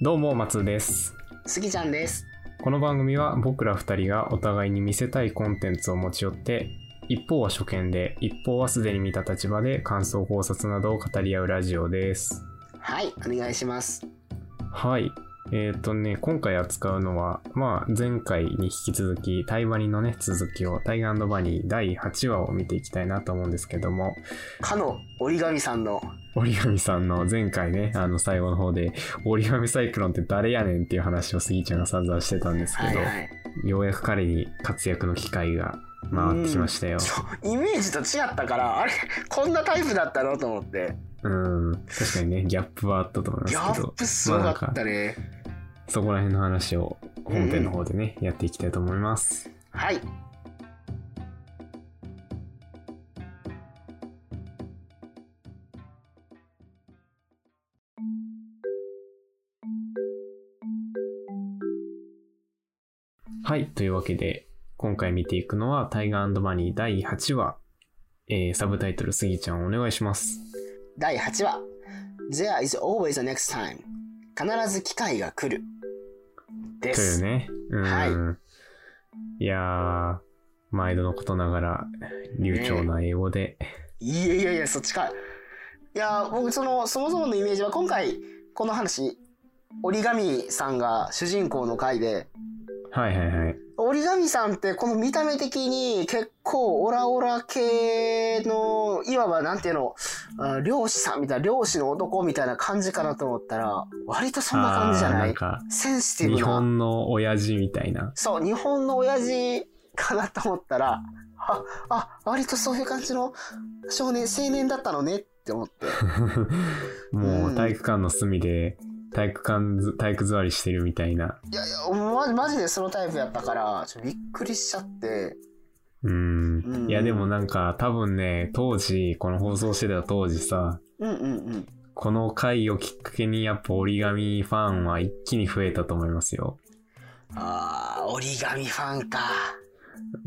どうも松ですスギちゃんです。この番組は僕ら2人がお互いに見せたいコンテンツを持ち寄って一方は初見で一方はすでに見た立場で感想考察などを語り合うラジオですはい、お願いします。はいえっ、ー、とね今回扱うのはまあ前回に引き続きタイバニのね続きをタイガーバニー第8話を見ていきたいなと思うんですけどもかの折り紙さんの、折り紙さんの前回ねあの最後の方で折り紙サイクロンって誰やねんっていう話をスギちゃんが散々してたんですけど、はいはい。ようやく彼に活躍の機会が回ってきましたよ。そうイメージと違ったから、あれ、こんなタイプだったのと思って。うん、確かにね、ギャップはあったと思いまギすャけッど、プすごかったね。そこら辺の話を本編の方でね、やっていきたいと思います。はい。はい、というわけで、今回見ていくのは、タイガーマニー第8話、えーサブタイトル、スギちゃんお願いします。第8話。There is always a next time. 必ず機会が来る。でというす。ね、うん、、はいやー、毎度のことながら、流暢な英語で、いやいやいや、そっちか。いや、僕、その、そもそものイメージは、今回、この話、折り紙さんが主人公の回で、はいはいはい、折り紙さんってこの見た目的に結構オラオラ系のいわばなんていうのあ漁師さんみたいな漁師の男みたいな感じかなと思ったら割とそんな感じじゃあーななんいか、センシティ日ブな本の親父みたいな、そう日本の親父かなと思ったらああ割とそういう感じの少年青年だったのねって思って もううん体育館の隅で体育館ず体育座りしてるみたいな。いやいやママジでそのタイプやったからちょっとびっくりしちゃってうん。うんいやでもなんか多分ね、当時、この放送してた当時さ、うんうんうんこの回をきっかけにやっぱ折り紙ファンは一気に増えたと思いますよ。あー折り紙ファンか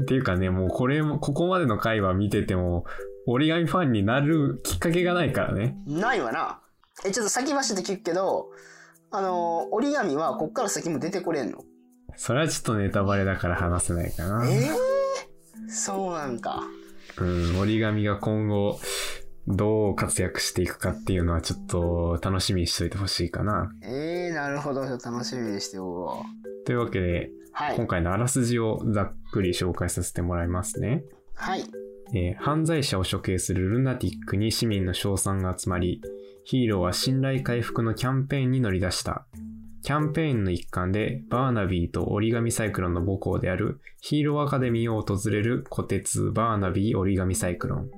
っていうかね、もうこれも、ここまでの回は見てても、折り紙ファンになるきっかけがないからね。ないわな。え、ちょっと先走って聞くけど、あのー、折り紙はこっから先も出てこれんのそれはちょっとネタバレだから話せないかな。えー、そうなんか。うん、折り紙が今後、どう活躍していくかっていうのはちょっと楽しみにしといてほしいかな。えー、なるほど。ちょっと楽しみにしておこう。というわけで、は今い。回のあらすじをざっくり紹介させてもらいますね。はい。えー犯罪者を処刑するルナティックに市民の称賛が集まり、ヒーローは信頼回復のキャンペーンに乗り出した。キャンペーンの一環で、バーナビーと折り紙サイクロンの母校であるヒーローアカデミーを訪れる虎鉄バーナビー折り紙サイクロン。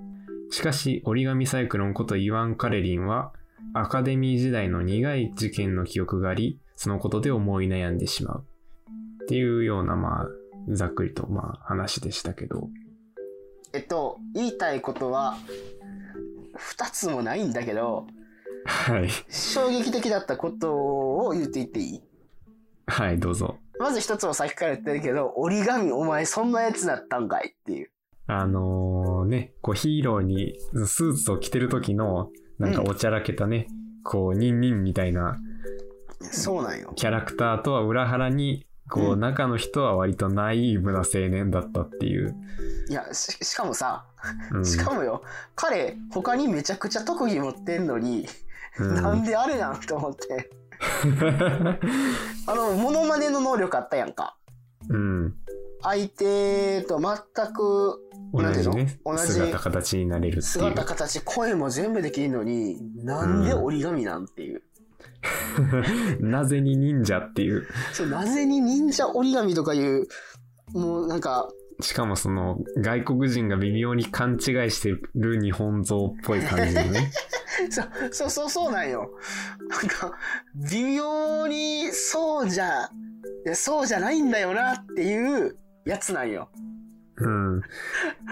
しかし、折り紙サイクロンことイワン・カレリンは、アカデミー時代の苦い事件の記憶があり、そのことで思い悩んでしまう。っていうような、まあ、ざっくりと、まあ、話でしたけど。えっと、言いたいことは、二つもないんだけど、はい。衝撃的だったことを言っていっていいはい、どうぞ。まず一つも先から言ってるけど、折り紙お前そんなやつだったんかいっていう。あのーね、こうヒーローにスーツを着てる時の、なんかうんおちゃらけたね、こう、ニンニンみたいなそうなんよ。キャラクターとは裏腹に、こう、うん中の人は割とナイーブな青年だったっていう。いや、ししかもさ、うんしかもよ、彼、他にめちゃくちゃ特技持ってんのに、うんなんであれなんと思って。あの、モノマネの能力あったやんか。 うん。相手と全く同じね、同じ姿形になれるってい姿、う。形、声も全部できるのに、なんで折り紙なんていう。 なぜに忍者っていう。そうなぜに忍者折り紙とかいう、もうなんか、しかもその、外国人が微妙に勘違いしてる日本像っぽい感じのね。そそうそうそうなんよ。なんか、微妙にそうじゃ、いやそうじゃないんだよなっていうやつなんよ。うん。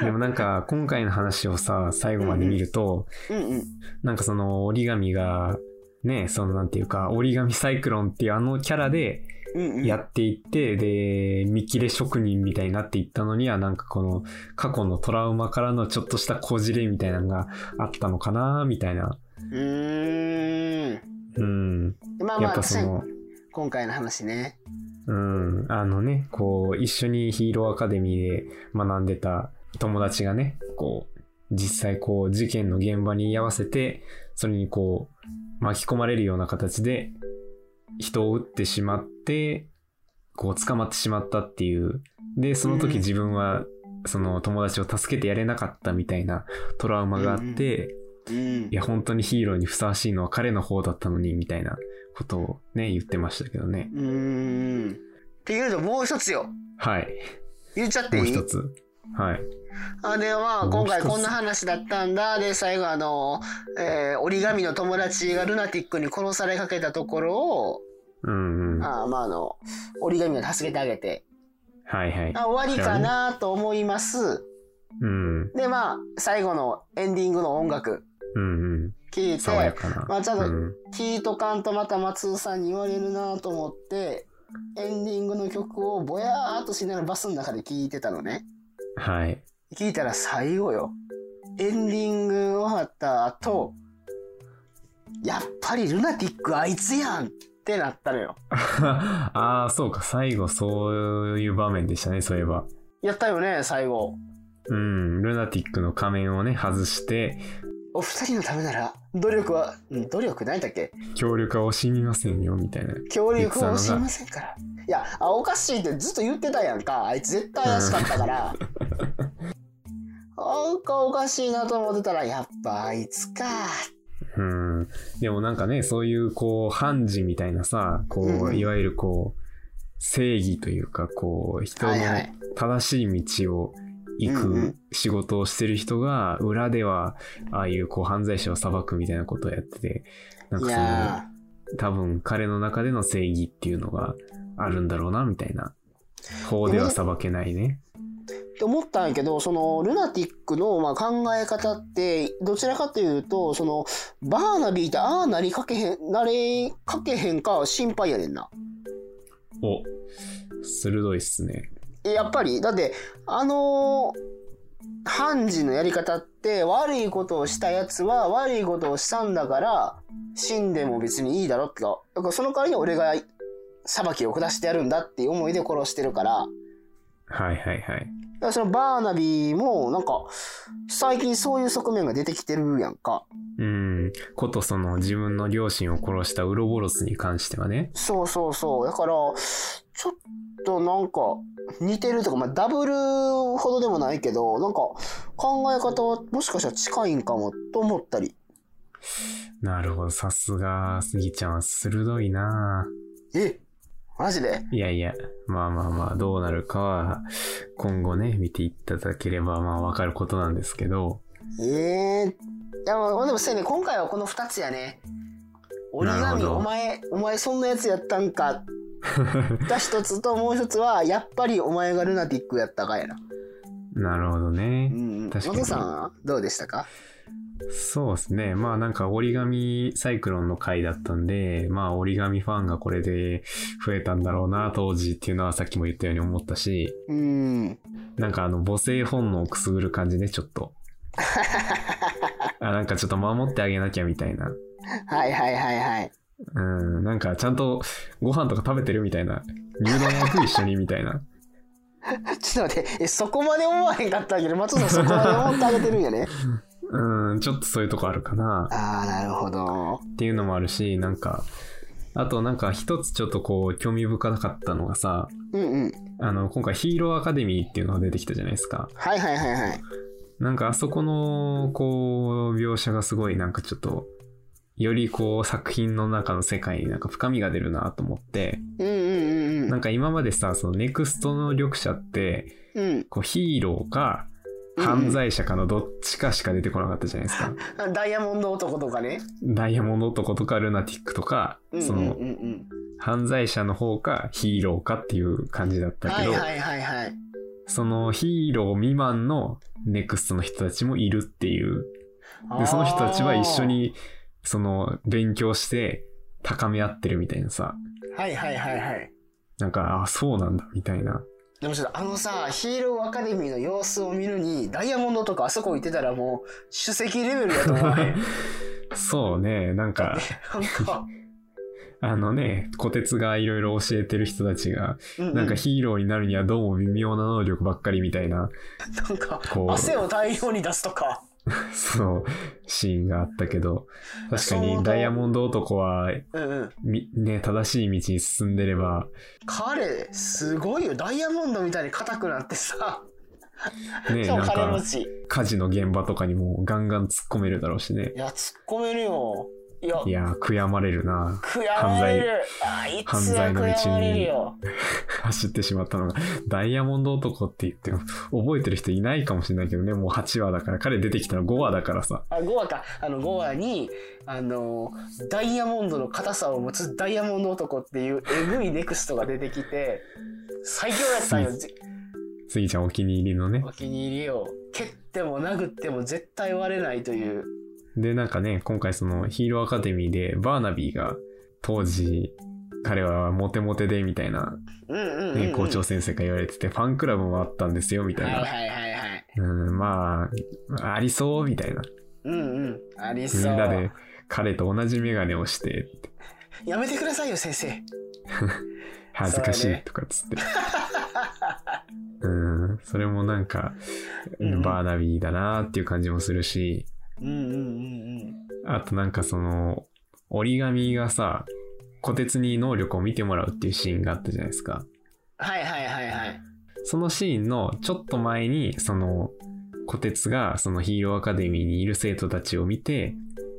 でもなんか、今回の話をさ、最後まで見ると、うんうん。なんかその折り紙が、ね、そのなんていうか、折り紙サイクロンっていうあのキャラでうんうん、やっていって、で、見切れ職人みたいになっていったのには、なんかこの過去のトラウマからのちょっとしたこじれみたいなのがあったのかなみたいな。うーん。うん。まあまやあ、っぱ確そかにの、今回の話ね。うん、あのね、こう、一緒にヒーローアカデミーで学んでた友達がね、こう、実際こう、事件の現場に居合わせて、それにこう、巻き込まれるような形で、人を撃ってしまって、こう、捕まってしまったっていう。で、そのうん時自分は、その友達を助けてやれなかったみたいなトラウマがあって、うんい。や、本当にヒーローにふさわしいのは彼の方だったのに、みたいなことをね、言ってましたけどね。うーん。っていうのもう一つよ。はい。言っちゃっていもうい一つ。はい。あでまあもう今一つ回こんな話だったんだで最後あの、えー折り紙の友達がルナティックに殺されかけたところを、うんうん。はあまああの折り紙を助けてあげていはい。あ終わりかなと思いますうん。うんでまあ最後のエンディングの音楽うん。聴い爽やてかな。まあちょっとうん聴いとかんとまた松尾さんに言われるなと思ってエンディングの曲をぼやーっとしながらバスの中で聴いてたのね。はい。 聞いたら最後よエンディング終わった後やっぱりルナティックあいつやんってなったのよああ、そうか。最後、そういう場面でしたね、そういえば。やったよね最後うん。ルナティックの仮面をね、外して、お二人のためなら努力はん努力何だっけ協力は惜しみませんよ、みたいな。協力を惜しみませんからいやあおかしいってずっと言ってたやんかあいつ絶対怪しかったからなんかおかしいなと思ってたらやっぱあいつかうん。でもなんかね、そういう、こう、判事みたいなさ、こうんうう、んいわゆるこう、正義というか、こう、人のはいはい正しい道を行うんうくん仕事をしてる人が、裏では、ああいう、こう、犯罪者を裁くみたいなことをやってて、なんいかその、や多分彼の中での正義っていうのがあるんだろうな、みたいな。法では裁けないね。って思ったんやけどそのルナティックのまあ考え方ってどちらかというとそのバーナビーってああなりかけへんなれかけへんか心配やねんなお、鋭いっすね。やっぱりだってあのー判事のやり方って悪いことをしたやつは悪いことをしたんだから死んでも別にいいだろってかだからその代わりに俺が裁きを下してやるんだっていう思いで殺してるから。はいはいはい。だからそのバーナビーもなんか最近そういう側面が出てきてるやんか。うん、ことその自分の両親を殺したウロボロスに関してはね。そうそうそう。だから、ちょっとなんか、似てるとか、まあ、ダブルほどでもないけど、なんか、考え方はもしかしたら近いんかもと思ったり。なるほど、さすが、スギちゃんは鋭いなえマジでいやいや、まあまあまあ、どうなるかは、今後ね、見ていただければ、まあわかることなんですけど、ええいや、まあ、でもせやね、今回はこの2つやね。折りなる紙、ほどお前、お前そんなやつやったんか。が一つと、もう一つは、やっぱりお前がルナティックやったかやな。なるほどうね。んうん。確かに元さんはどうでしたかそうですね。まあなんか折り紙サイクロンの回だったんで、まあ折り紙ファンがこれで増えたんだろうな、当時っていうのはさっきも言ったように思ったし、うん。なんかあの母性本能をくすぐる感じね、ちょっと。あなんかちょっと守ってあげなきゃみたいな。はいはいはいはい。うん、なんかちゃんとご飯とか食べてるみたいな。牛丼焼く一緒にみたいな。ちょっと待って、えそこまで思わへんかったんやけど、松尾さんそこまで思ってあげてるんやね。 うん、ちょっとそういうとこあるかな。ああ、なるほど。っていうのもあるし、なんか、あとなんか一つちょっとこう興味深かったのがさ、うんうん。あの、今回ヒーローアカデミーっていうのが出てきたじゃないですか。はいはいはいはい。なんかあそこの、こう、描写がすごいなんかちょっと、よりこう作品の中の世界になんか深みが出るなと思って、うんうんうんうなんん。か今までさ、そのネクストの緑者って、うんこうヒーローかうん犯罪者かのどっちかしか出てこなかったじゃないですか。あ。ダイヤモンド男とかね。ダイヤモンド男とかルナティックとか、うんうんそうんの犯罪者の方かヒーローかっていう感じだっうん。たはけいど、はいはいはい。そのヒーロー未満のネクストの人たちもいるっていうでその人たちは一緒にその勉強して高め合ってるみたいなさあー。はいはいはいはい。なんかあそうなんだみたいなでもちょっとあのさ、ヒーローアカデミーの様子を見るに、ダイヤモンドとかあそこ行ってたらもう、 首席レベルやと思わへん。そうねなんかなんか、あのね、虎鉄がいろいろ教えてる人たちが、うんうんなんかヒーローになるにはどうも微妙な能力ばっかりみたいな、なんかこう汗を大量に出すとかそのシーンがあったけど、確かそうにだダイヤモンド男は、うんうんみね、正しい道に進んでれば、彼すごいよダイヤモンドみたいに硬くなってさね、しかなもん金か持ちい火事の現場とかにもガンガン突っ込めるだろうしね。や突っ込めるよいやいやー、悔やまれるな。 悔やまれるあい犯つは罪の道悔にやまれるよ走ってしまったのが、ダイヤモンド男って言っても、覚えてる人いないかもしれないけどね、もう8話だから、彼出てきたの5話だからさ。あ5話かあの5話にあのダイヤモンドの硬さを持つダイヤモンド男っていうえぐいネクストが出てきて最強やったんよすスギちゃんお気に入りのね。お気に入りを蹴っても殴っても絶対割れないというで、なんかね、今回そのヒーローアカデミーで、バーナビーが、当時、彼はモテモテで、みたいな、うんうんうん、ねうん、校長先生が言われてて、ファンクラブもあったんですよ、みたいはいな。はいはいはいうん、まあ、ありそう、みたいな。うんうんありみそうんなで、彼と同じメガネをして、やめてくださいよ先生恥ずかしそうだいねとかっつって。 うん、それもなんか、うんバーナビーだなっていう感じもするし、うんうんうんうんあとなんかその、折り紙がさ、虎鉄に能力を見てもらうっていうシーンがあったじゃないですか。はいはいはいはいそのシーンのちょっと前に、その、虎鉄がそのヒーローアカデミーにいる生徒たちを見て、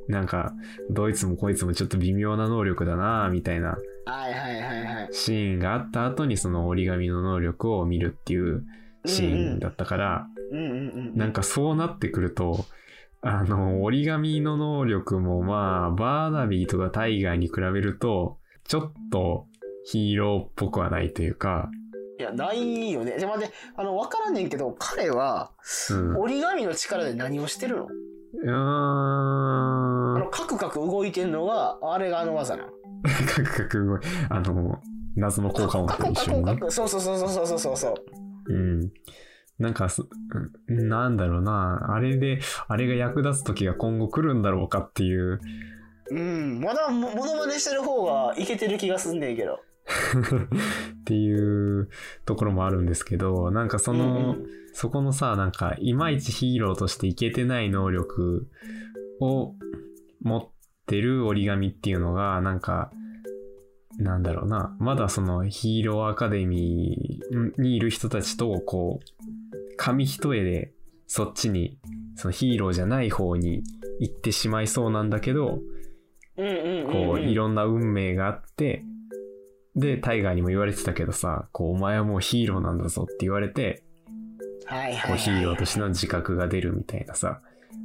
なんか、どいつもこいつもちょっと微妙な能力だなみたいなはいはいはいはいシーンがあった後にその折り紙の能力を見るっていうシーンだったから、うんうんうんなんかそうなってくると、あの、折り紙の能力もまあ、バーナビーとかタイガーに比べると、ちょっとヒーローっぽくはないというか、いやないよねじゃあ待ってあの分からんねんけど彼はうん。う折り紙の力で何をしてるのあーん。のカクカク動いてんのがあれがあの技なのカクカク動い、あの、謎の効果音カとク一カ緒クにカね。クそうそうそうそうそうそうそううん。なんかす、うんなんだろうな、あれで、あれが役立つ時が今後来るんだろうかっていう、 うんまだもモノマネしてる方がいけてる気がすんねんけどっていうところもあるんですけど、なんかその、うんうんそこのさ、なんか、いまいちヒーローとしていけてない能力を持ってる折り紙っていうのが、なんか、なんだろうな、まだそのヒーローアカデミーにいる人たちと、こう、紙一重で、そっちに、そのヒーローじゃない方に行ってしまいそうなんだけど、うんうんうんこう、いんろんな運命があって、で、タイガーにも言われてたけどさ、こう、お前はもうヒーローなんだぞって言われて、はいはいこはういヒーローとしての自覚が出るみたいなさ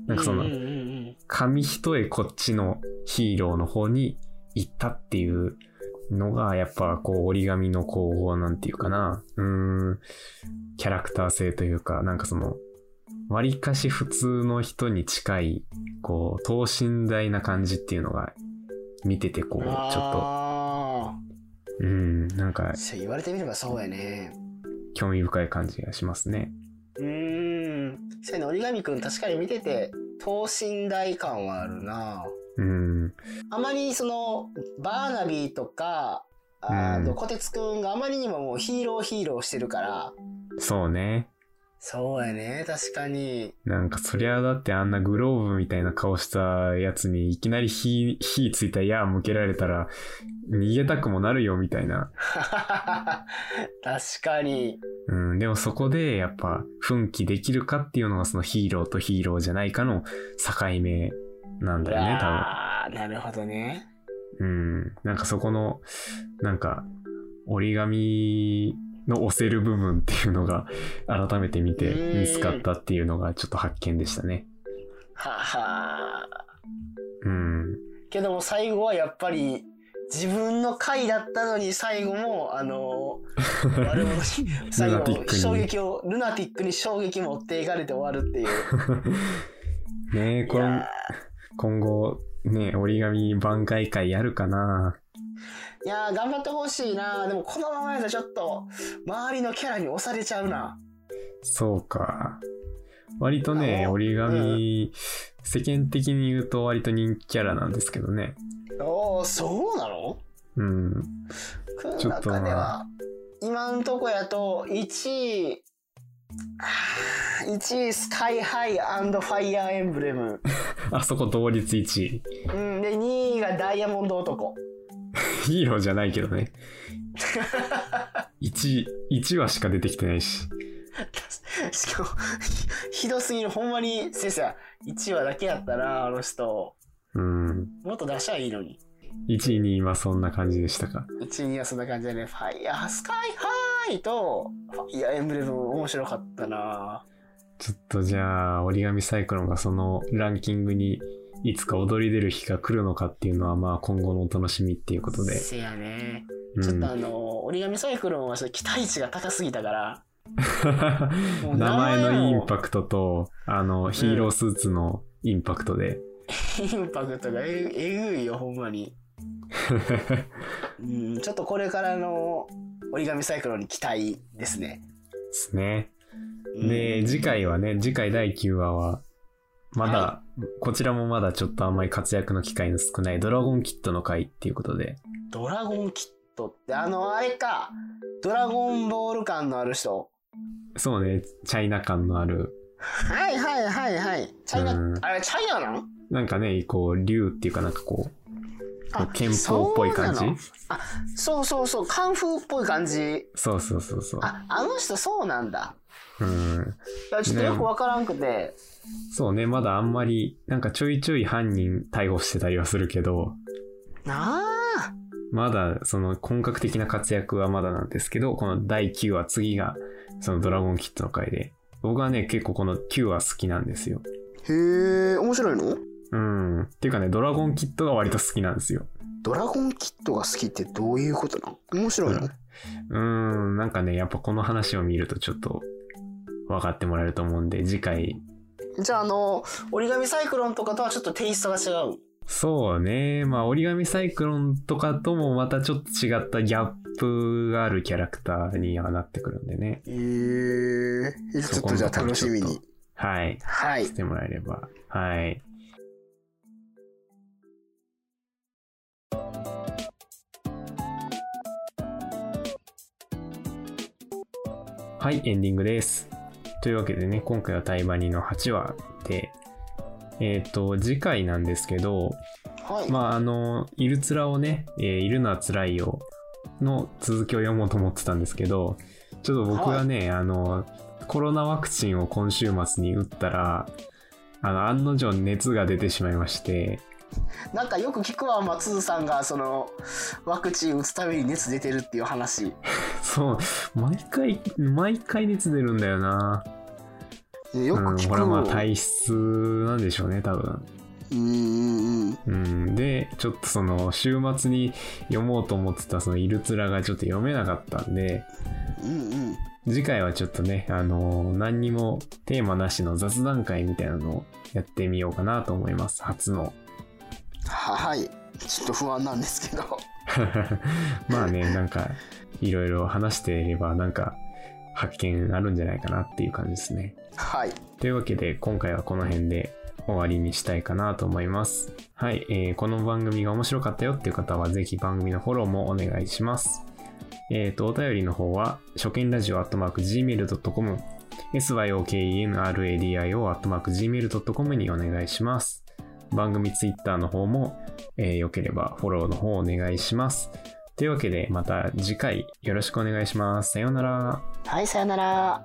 なんかそうんうのんうん紙一重こっちのヒーローの方に行ったっていうのがやっぱこう折り紙のこうなんていうかなうーんキャラクター性というかなんかその割かし普通の人に近いこう等身大な感じっていうのが見ててこうちうんょっあとうんなんかーそう言われてみればそうやね興味深い感じがしますねうーんそうやね折り紙くん確かに見てて等身大感はあるなうんあまりそのバーナビーとかあうんとこてつくんがあまりにももうヒーローヒーローしてるからそうねそうやね確かに なんかそりゃだってあんなグローブみたいな顔したやつにいきなり火、火ついた矢向けられたら逃げたくもなるよみたいな。確かにうん、でもそこでやっぱ奮起できるかっていうのがそのヒーローとヒーローじゃないかの境目なんだよね、多分。ああなるほどねうん、なんかそこの、なんか折り紙の押せる部分っていうのが改めて見てうん見つかったっていうのがちょっと発見でしたね。ははうん。けども最後はやっぱり自分の回だったのに最後もあの悪者に 最ルナティッ後クに衝撃をルナティックに衝撃持っていかれて終わるっていうねえ、こいれやー、今後ね折り紙挽回会やるかないやー頑張ってほしいなでもこのままやとちょっと周りのキャラに押されちゃうなそうか割とあねの折り紙、世間的に言うと割と人気キャラなんですけどねおーそうなのうん。僕ちのょっと中なでは今のとこやと1位あー1位スカイハイファイアーエンブレム、あそこ同率1位。 うん、で2位がダイヤモンド男ヒーローじゃないけど ね。1、1話しか出てきてないし。 しかもひひどすぎるほんまに先生1話だけやったらあの人うん。もっと出しゃいいのに1位に今そんな感じでしたか。 1位はそんな感じでねファイアースカイハイとファイアーエンブレム面白かったなちょっとじゃあ、折り紙サイクロンがそのランキングにいつか踊り出る日が来るのかっていうのは、まあ今後のお楽しみっていうことで。せやねうちょっんとあの折り紙サイクルンはちょっと期待値が高すぎたからもう名名前前をのインパクトと、あの、ヒーロースーツのインパクトで。インパクトがええぐいよほんまに、うん、ちょっとこれからの折り紙サイクロンに期待ですね、ですね。うんで、次回はね、次回第9話は、まだ、こちらもまだちょっとあんまり活躍の機会の少ないドラゴンキッドの回っていうことで。ドラゴンキットってあのあれかドラゴンボール感のある人そうね、チャイナ感のある、はいはいはいはいチャイナ、うんあれチャイナなんなんかね、こう、竜っていうかなんかこう、こあう剣法っぽい感じそうなのそうそうそうカンフーっぽい感じそうそうそうそう。ああの人そうなんだうん。いやちょっとよくわからんくて、そうね、まだあんまり、なんかちょいちょい犯人逮捕してたりはするけど、なあまだその本格的な活躍はまだなんですけど、この第9話、次がそのドラゴンキッドの回で、僕はね、結構この9話好きなんですよ。へえ面白いのうん。っていうかね、ドラゴンキッドが割と好きなんですよ。ドラゴンキットが好きってどういうことなの面白いの、うんうん、なんかね、やっぱこの話を見るとちょっと分かってもらえると思うんで、次回、じゃああの折り紙サイクロンとかとはちょっとテイストが違うそうね、まあ折り紙サイクロンとかともまたちょっと違ったギャップがあるキャラクターにはなってくるんでね。へえちょっとじゃあ楽しみにはい。はいしてもらえれば。はい。はい、エンディングです。というわけでね、今回はタイバニの8話で、えっ、と、次回なんですけど、はい、まあ、あの、いるつらをね、えーいるのはつらいよの続きを読もうと思ってたんですけど、ちょっと僕はね、あの、コロナワクチンを今週末に打ったら、あの、案の定熱が出てしまいまして、 なんかよく聞くわ松さんがそのワクチン打つたびに熱出てるっていう話そう、毎回、毎回熱出るんだよな。よくうん、聞こくれはまあわ体質なんでしょうね、多分。うんうんうんうん、でちょっとその週末に読もうと思ってたそのイルツラがちょっと読めなかったんでうんうん次回はちょっとねあのー何にもテーマなしの雑談会みたいなのをやってみようかなと思います初の ははいちょっと不安なんですけど まあねなんかいろいろ話していればなんか発見あるんじゃないかなっていう感じですねはいというわけで今回はこの辺で終わりにしたいかなと思いますはい、えーこの番組が面白かったよっていう方はぜひ番組のフォローもお願いしますえっ、とお便りの方は初見ラジオ gmail.com syokenradio gmail.com にお願いします番組ツイッターの方も、えーよければフォローの方お願いしますというわけでまた次回よろしくお願いしますさようならはいさよなら